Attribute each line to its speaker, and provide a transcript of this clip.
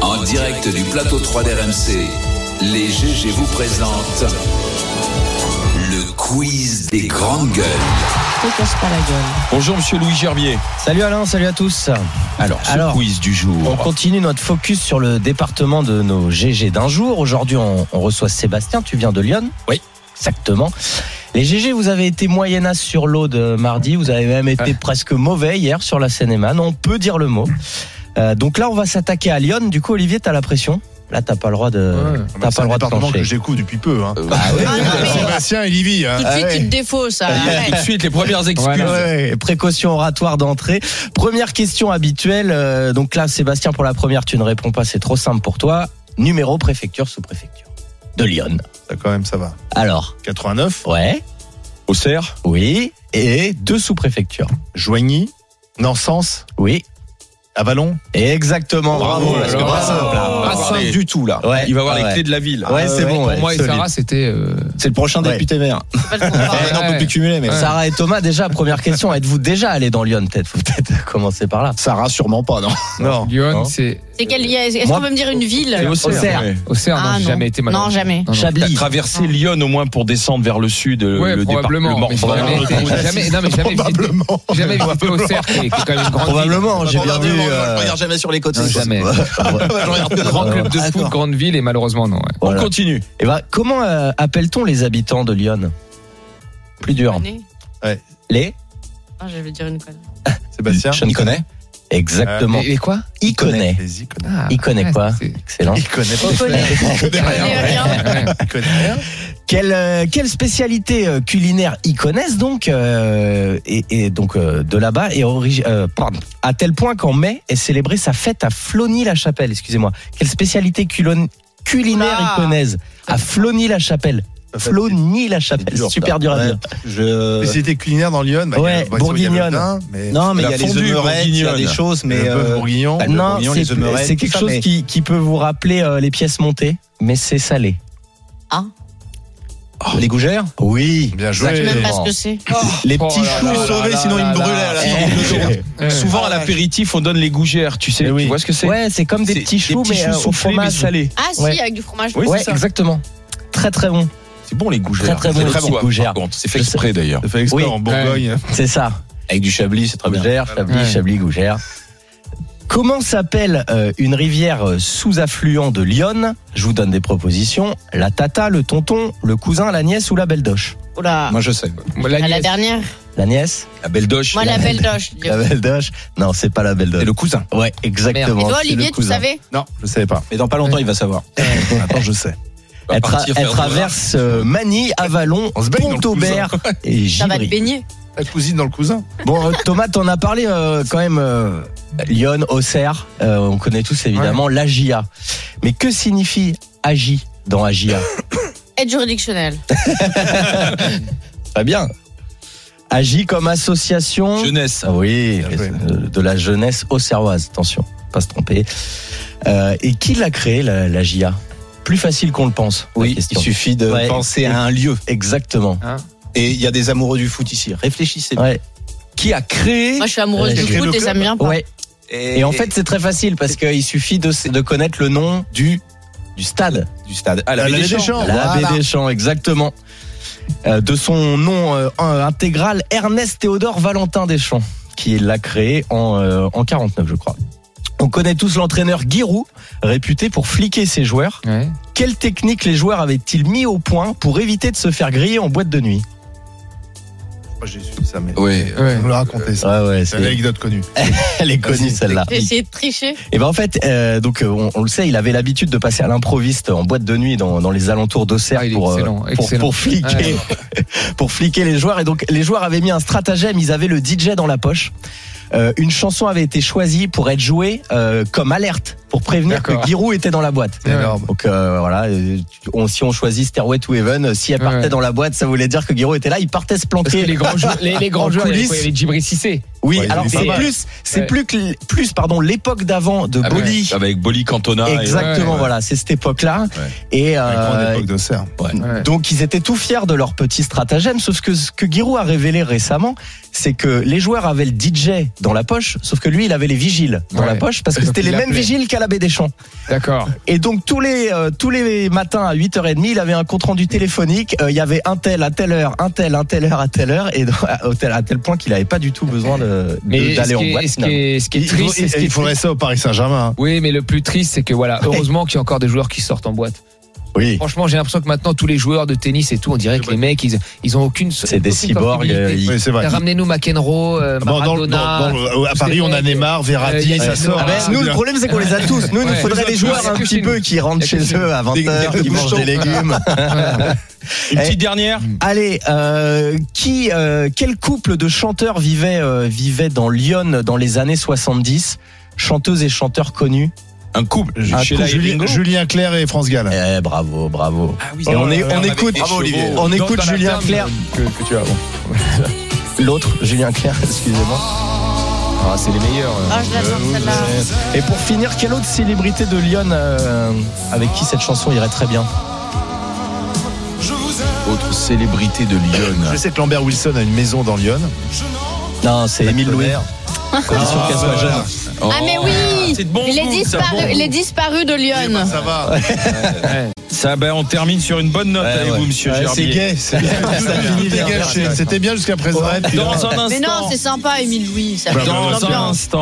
Speaker 1: En direct du plateau 3 d'RMC, les GG vous présentent le quiz des grandes gueules.
Speaker 2: te casse pas la gueule.
Speaker 3: Bonjour Monsieur Louis Gerbier.
Speaker 2: Salut Alain, salut à tous.
Speaker 3: Alors, ce
Speaker 2: Alors,
Speaker 3: quiz du
Speaker 2: On
Speaker 3: jour.
Speaker 2: continue notre focus sur le département de nos GG d'un jour. Aujourd'hui, on, on reçoit Sébastien. Tu viens de Lyon
Speaker 3: Oui.
Speaker 2: Exactement. Les GG, vous avez été moyennas sur l'eau de mardi. Vous avez même été
Speaker 4: Ah.
Speaker 2: presque mauvais hier sur la Seine-et-Marne. On peut dire le mot. Euh, donc là, on va s'attaquer à Lyon. Du coup, Olivier, t'as la pression. Là, t'as pas le droit de. T'as
Speaker 4: Ah bah, C'est
Speaker 2: pas
Speaker 4: un
Speaker 2: le droit de
Speaker 4: département que
Speaker 2: trancher.
Speaker 4: j'écoute depuis peu. Hein.
Speaker 5: Ah non, mais
Speaker 4: Sébastien et Livy. hein.
Speaker 5: tout de
Speaker 4: Ah
Speaker 5: suite,
Speaker 4: ouais.
Speaker 5: il te défaut, ça.
Speaker 3: Il y a
Speaker 5: Arrête.
Speaker 3: tout de suite les premières excuses.
Speaker 2: Ouais, précaution oratoire d'entrée. Première question habituelle. euh, donc là, Sébastien, pour la première, tu ne réponds pas, c'est trop simple pour toi. Numéro préfecture, sous-préfecture de Lyon.
Speaker 4: Ça, quand même, ça va.
Speaker 2: Alors,
Speaker 4: 89.
Speaker 2: ouais,
Speaker 3: Auxerre,
Speaker 2: oui, et deux sous-préfectures.
Speaker 4: Joigny. Nansens.
Speaker 2: Oui,
Speaker 4: Avalon.
Speaker 2: exactement. Bravo.
Speaker 3: là
Speaker 2: parce
Speaker 3: là.
Speaker 2: que Brassens, là, on va
Speaker 3: Brassens
Speaker 2: parler.
Speaker 3: du tout là. Ah
Speaker 2: Ouais.
Speaker 3: Il va avoir
Speaker 2: Ah
Speaker 3: les
Speaker 2: ouais.
Speaker 3: clés de la ville.
Speaker 2: Ouais, c'est bon.
Speaker 6: Pour
Speaker 2: ouais,
Speaker 6: moi et
Speaker 2: Bah, solide.
Speaker 6: Sarah, c'était. euh,
Speaker 2: c'est le prochain
Speaker 4: Ouais. Ah,
Speaker 2: député Ah, maire.
Speaker 5: Faut pas le comparer.
Speaker 6: ouais.
Speaker 3: peut plus cumuler, mais.
Speaker 2: Sarah et Thomas, déjà, première question. Êtes-vous déjà allé dans Lyon Peut-être, faut peut-être commencer par là.
Speaker 3: Sarah, sûrement pas, non
Speaker 4: Non.
Speaker 6: Lyon,
Speaker 2: Hein
Speaker 6: c'est.
Speaker 5: C'est quel lien Est-ce
Speaker 2: Moi-
Speaker 5: qu'on peut me dire une ville
Speaker 2: Auxerre.
Speaker 6: Auxerre, non,
Speaker 5: Ah,
Speaker 6: j'ai
Speaker 5: non.
Speaker 6: jamais été
Speaker 5: Non,
Speaker 6: malheureusement.
Speaker 5: jamais.
Speaker 6: Non, non.
Speaker 2: Chablis.
Speaker 3: Traverser Lyon au moins pour descendre vers le sud, euh,
Speaker 6: Ouais,
Speaker 3: le départ- le
Speaker 6: probablement. mais j'ai
Speaker 3: Morvan.
Speaker 6: jamais été- jamais- Non, mais jamais visité-
Speaker 4: Probablement.
Speaker 6: jamais visité Auxerre, qui est qui est quand même une grande.
Speaker 2: Probablement, j'ai bien vu.
Speaker 4: Probablement, je
Speaker 2: euh,
Speaker 4: regarde jamais sur les côtés.
Speaker 6: ville. Non, jamais. Grand club de foot, grande ville, et malheureusement, non. ouais.
Speaker 3: On
Speaker 2: Voilà.
Speaker 3: continue.
Speaker 2: Eh ben, comment euh, appelle-t-on les habitants de Lyon Plus dur.
Speaker 5: Connais
Speaker 2: Les
Speaker 5: Ah, je vais dire une connerie.
Speaker 4: Sébastien.
Speaker 2: Je ne connais. Exactement.
Speaker 6: Et et quoi
Speaker 2: Il connaît.
Speaker 4: Les y connaît.
Speaker 6: Ah,
Speaker 2: Il connaît
Speaker 6: ouais,
Speaker 2: quoi
Speaker 6: c'est-
Speaker 2: Excellent.
Speaker 4: Il connaît pas.
Speaker 5: On connaît.
Speaker 4: Il connaît rien.
Speaker 5: connaît rien.
Speaker 6: ouais.
Speaker 4: Il connaît rien.
Speaker 2: Quelle, euh, quelle spécialité euh, culinaire ils connaissent donc euh, et, et donc euh, de là-bas et origi- euh, pardon, à tel point qu'en mai est célébrée sa fête à Flony-la-Chapelle. Excusez-moi. Quelle spécialité culon- culinaire
Speaker 5: Oula.
Speaker 2: ils connaissent à Flony-la-Chapelle Flony-la-Chapelle.
Speaker 7: dur,
Speaker 2: Super dur à
Speaker 7: Ouais.
Speaker 2: dire.
Speaker 7: Je...
Speaker 4: Spécialité culinaire dans Lyon. bah, il y a-
Speaker 2: Ouais,
Speaker 4: bah, il y a le
Speaker 2: bourguignonne.
Speaker 4: vin, mais
Speaker 7: Non, mais
Speaker 3: La
Speaker 7: il y a les
Speaker 3: fondue
Speaker 7: œuvrettes, il y a des
Speaker 3: bourguignonne.
Speaker 7: choses, mais
Speaker 4: le bœuf
Speaker 7: euh,
Speaker 4: bourguignon.
Speaker 3: Ah,
Speaker 7: bah, le
Speaker 2: non,
Speaker 7: bourguignon,
Speaker 2: c'est
Speaker 7: les omelettes,
Speaker 2: c'est
Speaker 7: tout
Speaker 2: quelque
Speaker 7: ça,
Speaker 2: chose
Speaker 7: mais-
Speaker 2: qui, qui peut vous rappeler euh, les pièces montées, mais c'est salé.
Speaker 3: Oh,
Speaker 7: les gougères,
Speaker 2: Oui.
Speaker 4: Bien
Speaker 5: Je sais
Speaker 4: joué.
Speaker 5: même pas ce que c'est.
Speaker 7: les
Speaker 6: Oh
Speaker 7: petits
Speaker 6: là là là
Speaker 7: choux sauvés,
Speaker 6: là
Speaker 7: sinon
Speaker 6: là
Speaker 7: ils me
Speaker 6: là
Speaker 7: brûlaient
Speaker 6: là
Speaker 7: à la
Speaker 2: là
Speaker 7: sortie de l'autoroute.
Speaker 6: Ouais.
Speaker 3: Souvent à l'apéritif, on donne les gougères, tu sais.
Speaker 4: Eh oui.
Speaker 3: Tu vois ce que c'est
Speaker 2: Ouais, c'est comme des
Speaker 3: C'est
Speaker 2: petits choux,
Speaker 3: des petits
Speaker 2: mais euh,
Speaker 3: choux
Speaker 2: au
Speaker 3: soufflés, mais
Speaker 2: fromage
Speaker 3: salés.
Speaker 5: Ah, si,
Speaker 2: Ouais.
Speaker 5: avec du fromage.
Speaker 3: Oui,
Speaker 2: ouais,
Speaker 3: c'est ça.
Speaker 2: exactement. Très très bon.
Speaker 3: C'est bon les gougères.
Speaker 2: Très, très bon, les
Speaker 3: très bon.
Speaker 2: gougères.
Speaker 3: Par contre, c'est fait
Speaker 2: Je sais.
Speaker 3: exprès d'ailleurs.
Speaker 4: Ça fait exprès
Speaker 2: Oui. Ah,
Speaker 4: en Bourgogne.
Speaker 2: C'est ça.
Speaker 7: Avec du chablis, c'est très bien.
Speaker 2: Gougère, Chablis,
Speaker 6: Ouais.
Speaker 2: Chablis, Gougère. Comment s'appelle euh, une rivière euh, sous-affluent de Lyon Je vous donne des propositions. La tata, le tonton, le cousin, la nièce ou la belle doche ah,
Speaker 5: Oula.
Speaker 7: Moi je sais.
Speaker 6: Moi, la
Speaker 5: À la
Speaker 6: nièce,
Speaker 5: dernière.
Speaker 2: La nièce
Speaker 3: La belle doche.
Speaker 5: Moi, la belle doche. je dis.
Speaker 2: La belle doche Non, c'est pas la belle doche.
Speaker 3: Et le cousin.
Speaker 2: Ouais,
Speaker 5: Et
Speaker 2: exactement.
Speaker 5: toi,
Speaker 2: c'est le
Speaker 5: Olivier, tu
Speaker 2: cousin.
Speaker 5: savais
Speaker 4: Non, je savais pas.
Speaker 7: Mais dans pas longtemps, il va savoir.
Speaker 4: Attends, je sais.
Speaker 3: On va
Speaker 2: Elle, tra-
Speaker 3: partir
Speaker 2: elle
Speaker 3: faire
Speaker 2: traverse euh, Manille, Avalon,
Speaker 4: On se baigne dans le
Speaker 2: Pont-Aubert et
Speaker 5: Ça va te
Speaker 2: Givry.
Speaker 5: baigner.
Speaker 4: La cousine dans le cousin.
Speaker 2: Bon, euh, Thomas, t'en as parlé euh, quand même. euh, Lyon, Auxerre, euh, on connaît tous évidemment l'AGIA. Mais que signifie AGI dans AGIA
Speaker 5: Aide juridictionnelle.
Speaker 2: Très bien. AGI comme association.
Speaker 3: jeunesse.
Speaker 2: Ah oui,
Speaker 4: Bien joué.
Speaker 2: euh, de la jeunesse auxerroise. Attention, pas se tromper. Euh, et qui l'a créé, la- l'AGIA Plus facile qu'on le pense. la
Speaker 7: Oui, il
Speaker 2: question.
Speaker 7: suffit de
Speaker 2: Ouais.
Speaker 7: penser à un lieu.
Speaker 2: Exactement.
Speaker 7: Et il y a des amoureux du foot ici. hein. Réfléchissez. bien.
Speaker 2: Ouais.
Speaker 3: Qui a créé
Speaker 5: Moi, je suis amoureuse
Speaker 2: Euh,
Speaker 5: du
Speaker 4: j'ai
Speaker 5: foot
Speaker 4: le
Speaker 5: et
Speaker 4: club.
Speaker 5: ça me vient pas.
Speaker 2: Ouais. Et en fait, c'est très facile parce qu'il suffit de, de connaître le nom du, du stade.
Speaker 7: du stade.
Speaker 3: Ah, la
Speaker 4: L'allée
Speaker 3: Deschamps.
Speaker 4: Deschamps.
Speaker 2: La
Speaker 4: Voilà.
Speaker 2: baie des Champs, exactement. Euh, de son nom euh, un- intégral, Ernest Théodore Valentin Deschamps, qui l'a créé en, euh, en 49, je crois. On connaît tous l'entraîneur Giroud, réputé pour fliquer ses joueurs.
Speaker 6: ouais.
Speaker 2: Quelle technique les joueurs avaient-ils mis au point pour éviter de se faire griller en boîte de nuit
Speaker 4: Moi, J'ai su ça, mais.
Speaker 3: Ouais.
Speaker 6: Ouais.
Speaker 4: On me l'a raconté ça.
Speaker 2: Ouais, ouais,
Speaker 4: C'est une
Speaker 2: c'est-
Speaker 4: anecdote connue.
Speaker 2: elle est connue celle-là.
Speaker 5: J'ai essayé de tricher.
Speaker 2: Et ben en fait, euh, donc euh, on, on le sait, il avait l'habitude de passer à l'improviste en boîte de nuit dans, dans les alentours d'Auxerre
Speaker 6: Ah, il est
Speaker 2: pour, euh,
Speaker 6: excellent,
Speaker 2: pour,
Speaker 6: excellent. Ah,
Speaker 2: pour fliquer, pour fliquer les joueurs. Et donc les joueurs avaient mis un stratagème, ils avaient le DJ dans la poche. Euh, une chanson avait été choisie pour être jouée euh, comme alerte pour prévenir que
Speaker 6: D'accord.
Speaker 2: Giroud était dans la boîte.
Speaker 4: C'est énorme.
Speaker 2: Donc euh, voilà, euh, on- si on choisit Stairway to Heaven, euh, si elle partait
Speaker 6: Ouais.
Speaker 2: dans la boîte, ça voulait dire que Giroud était là. Il partait se
Speaker 6: Parce que
Speaker 2: planquer.
Speaker 6: les grands joueurs, les, les
Speaker 2: En
Speaker 6: grands joueurs, il y avait quoi
Speaker 2: coulisses.
Speaker 6: Il y avait Djibril Cissé.
Speaker 2: Oui,
Speaker 4: Ouais, il
Speaker 2: alors
Speaker 4: est pas
Speaker 2: c'est
Speaker 4: mal.
Speaker 2: plus, c'est
Speaker 6: Ouais.
Speaker 2: plus que l- plus pardon l'époque d'avant de
Speaker 6: Ah
Speaker 2: Boli.
Speaker 3: Avec Boli Cantona. et-
Speaker 2: Exactement,
Speaker 6: ouais, ouais.
Speaker 2: voilà, c'est cette époque-là.
Speaker 3: Ouais.
Speaker 2: Et
Speaker 4: La grande
Speaker 2: euh,
Speaker 4: époque de Serre.
Speaker 6: Ouais.
Speaker 2: donc ils étaient tout fiers de leur petit stratagème, sauf que ce que Giroud a révélé récemment, c'est que les joueurs avaient le DJ dans la poche, sauf que lui il avait les vigiles dans
Speaker 6: Ouais.
Speaker 2: la poche parce que
Speaker 6: Donc,
Speaker 2: c'était
Speaker 6: il
Speaker 2: les mêmes
Speaker 6: l'appelait.
Speaker 2: vigiles qu'à la baie des champs.
Speaker 6: D'accord.
Speaker 2: Et donc tous les euh, tous les matins à 8h30, il avait un compte rendu téléphonique. Euh, il y avait un tel à telle heure, un tel, un telle heure à telle heure, et donc, à, au tel- à tel point qu'il n'avait pas du tout besoin de- de-
Speaker 6: Mais ce
Speaker 2: d'aller en
Speaker 6: qui est-
Speaker 2: boîte.
Speaker 6: ce qui est- ce qui est
Speaker 4: Il,
Speaker 6: triste, c'est ce qui
Speaker 4: il
Speaker 6: est
Speaker 4: faudrait ça au Paris Saint-Germain. hein.
Speaker 6: Oui, mais le plus triste, c'est que voilà, heureusement qu'il y a encore des joueurs qui sortent en boîte.
Speaker 2: Oui.
Speaker 6: Franchement, j'ai l'impression que maintenant, tous les joueurs de tennis et tout, on dirait que les mecs, ils, ils ont aucune.
Speaker 2: C'est des cyborgs. euh, ils- Ah
Speaker 4: Oui, c'est vrai.
Speaker 6: Ramenez-nous McEnroe, euh,
Speaker 4: Bon, dans-
Speaker 6: Maradona.
Speaker 4: dans- dans- à Paris, on a Neymar,
Speaker 6: Euh,
Speaker 4: Verratti,
Speaker 6: il y a-
Speaker 4: ça sort. hein.
Speaker 2: Ah ben,
Speaker 6: Ah,
Speaker 2: nous, le
Speaker 4: bien.
Speaker 2: problème, c'est qu'on les a tous. Nous, il nous
Speaker 6: Ouais.
Speaker 2: faudrait
Speaker 6: Il y a
Speaker 2: des
Speaker 6: que
Speaker 2: joueurs un
Speaker 6: chez
Speaker 2: petit
Speaker 6: nous.
Speaker 2: peu qui
Speaker 6: Il y
Speaker 2: rentrent
Speaker 6: a que
Speaker 2: chez
Speaker 6: chez
Speaker 2: eux à 20h, qui mangent des légumes.
Speaker 6: euh,
Speaker 3: Une
Speaker 2: Eh.
Speaker 3: petite dernière
Speaker 2: Allez, euh, qui, euh, quel couple de chanteurs vivait, euh, vivait dans Lyon dans les années 70 Chanteuses et chanteurs connus
Speaker 3: Un couple.
Speaker 4: Ah,
Speaker 3: Sheila et
Speaker 4: Julien,
Speaker 3: Ringo.
Speaker 4: Julien Clerc et France Gall.
Speaker 2: Eh, bravo, bravo.
Speaker 6: Ah oui,
Speaker 2: Et on, est-
Speaker 6: ouais,
Speaker 3: bah,
Speaker 2: on
Speaker 6: ouais,
Speaker 2: écoute,
Speaker 6: avec les chevaux.
Speaker 2: on
Speaker 6: Dans-
Speaker 2: écoute
Speaker 6: dans la
Speaker 2: Julien
Speaker 6: ferme
Speaker 2: Clerc,
Speaker 6: Que, que tu as. bon.
Speaker 2: l'autre, Julien Clerc, excusez-moi.
Speaker 6: Ah, c'est les meilleurs. euh.
Speaker 5: Ah, je l'adore celle-là.
Speaker 2: Et pour finir, quelle autre célébrité de Lyon euh, avec qui cette chanson irait très bien
Speaker 7: Autre célébrité de
Speaker 4: Je
Speaker 7: Lyon.
Speaker 4: sais que Lambert Wilson a une maison dans Lyon.
Speaker 2: Non, c'est Émile Louis. Condition qu'elle soit jeune.
Speaker 5: Ah, mais oui
Speaker 3: C'est de bon
Speaker 5: Il est
Speaker 3: goût, ça,
Speaker 5: disparu,
Speaker 3: bon
Speaker 5: il est
Speaker 3: goût.
Speaker 5: disparu de Lyon.
Speaker 4: Ça va.
Speaker 3: Ça, ben, on termine sur une bonne note
Speaker 7: Ouais,
Speaker 3: avec
Speaker 7: ouais.
Speaker 3: vous, monsieur
Speaker 7: Ouais,
Speaker 3: Gerbier.
Speaker 7: c'est gay, c'est gay.
Speaker 4: Ça finit bien. C'était bien jusqu'à présent. euh,
Speaker 3: Dans un
Speaker 5: Mais non,
Speaker 3: instant. Bah,
Speaker 5: c'est sympa, Émile Louis. Ça fait
Speaker 3: Dans
Speaker 5: toujours
Speaker 3: un
Speaker 5: bien.
Speaker 3: instant.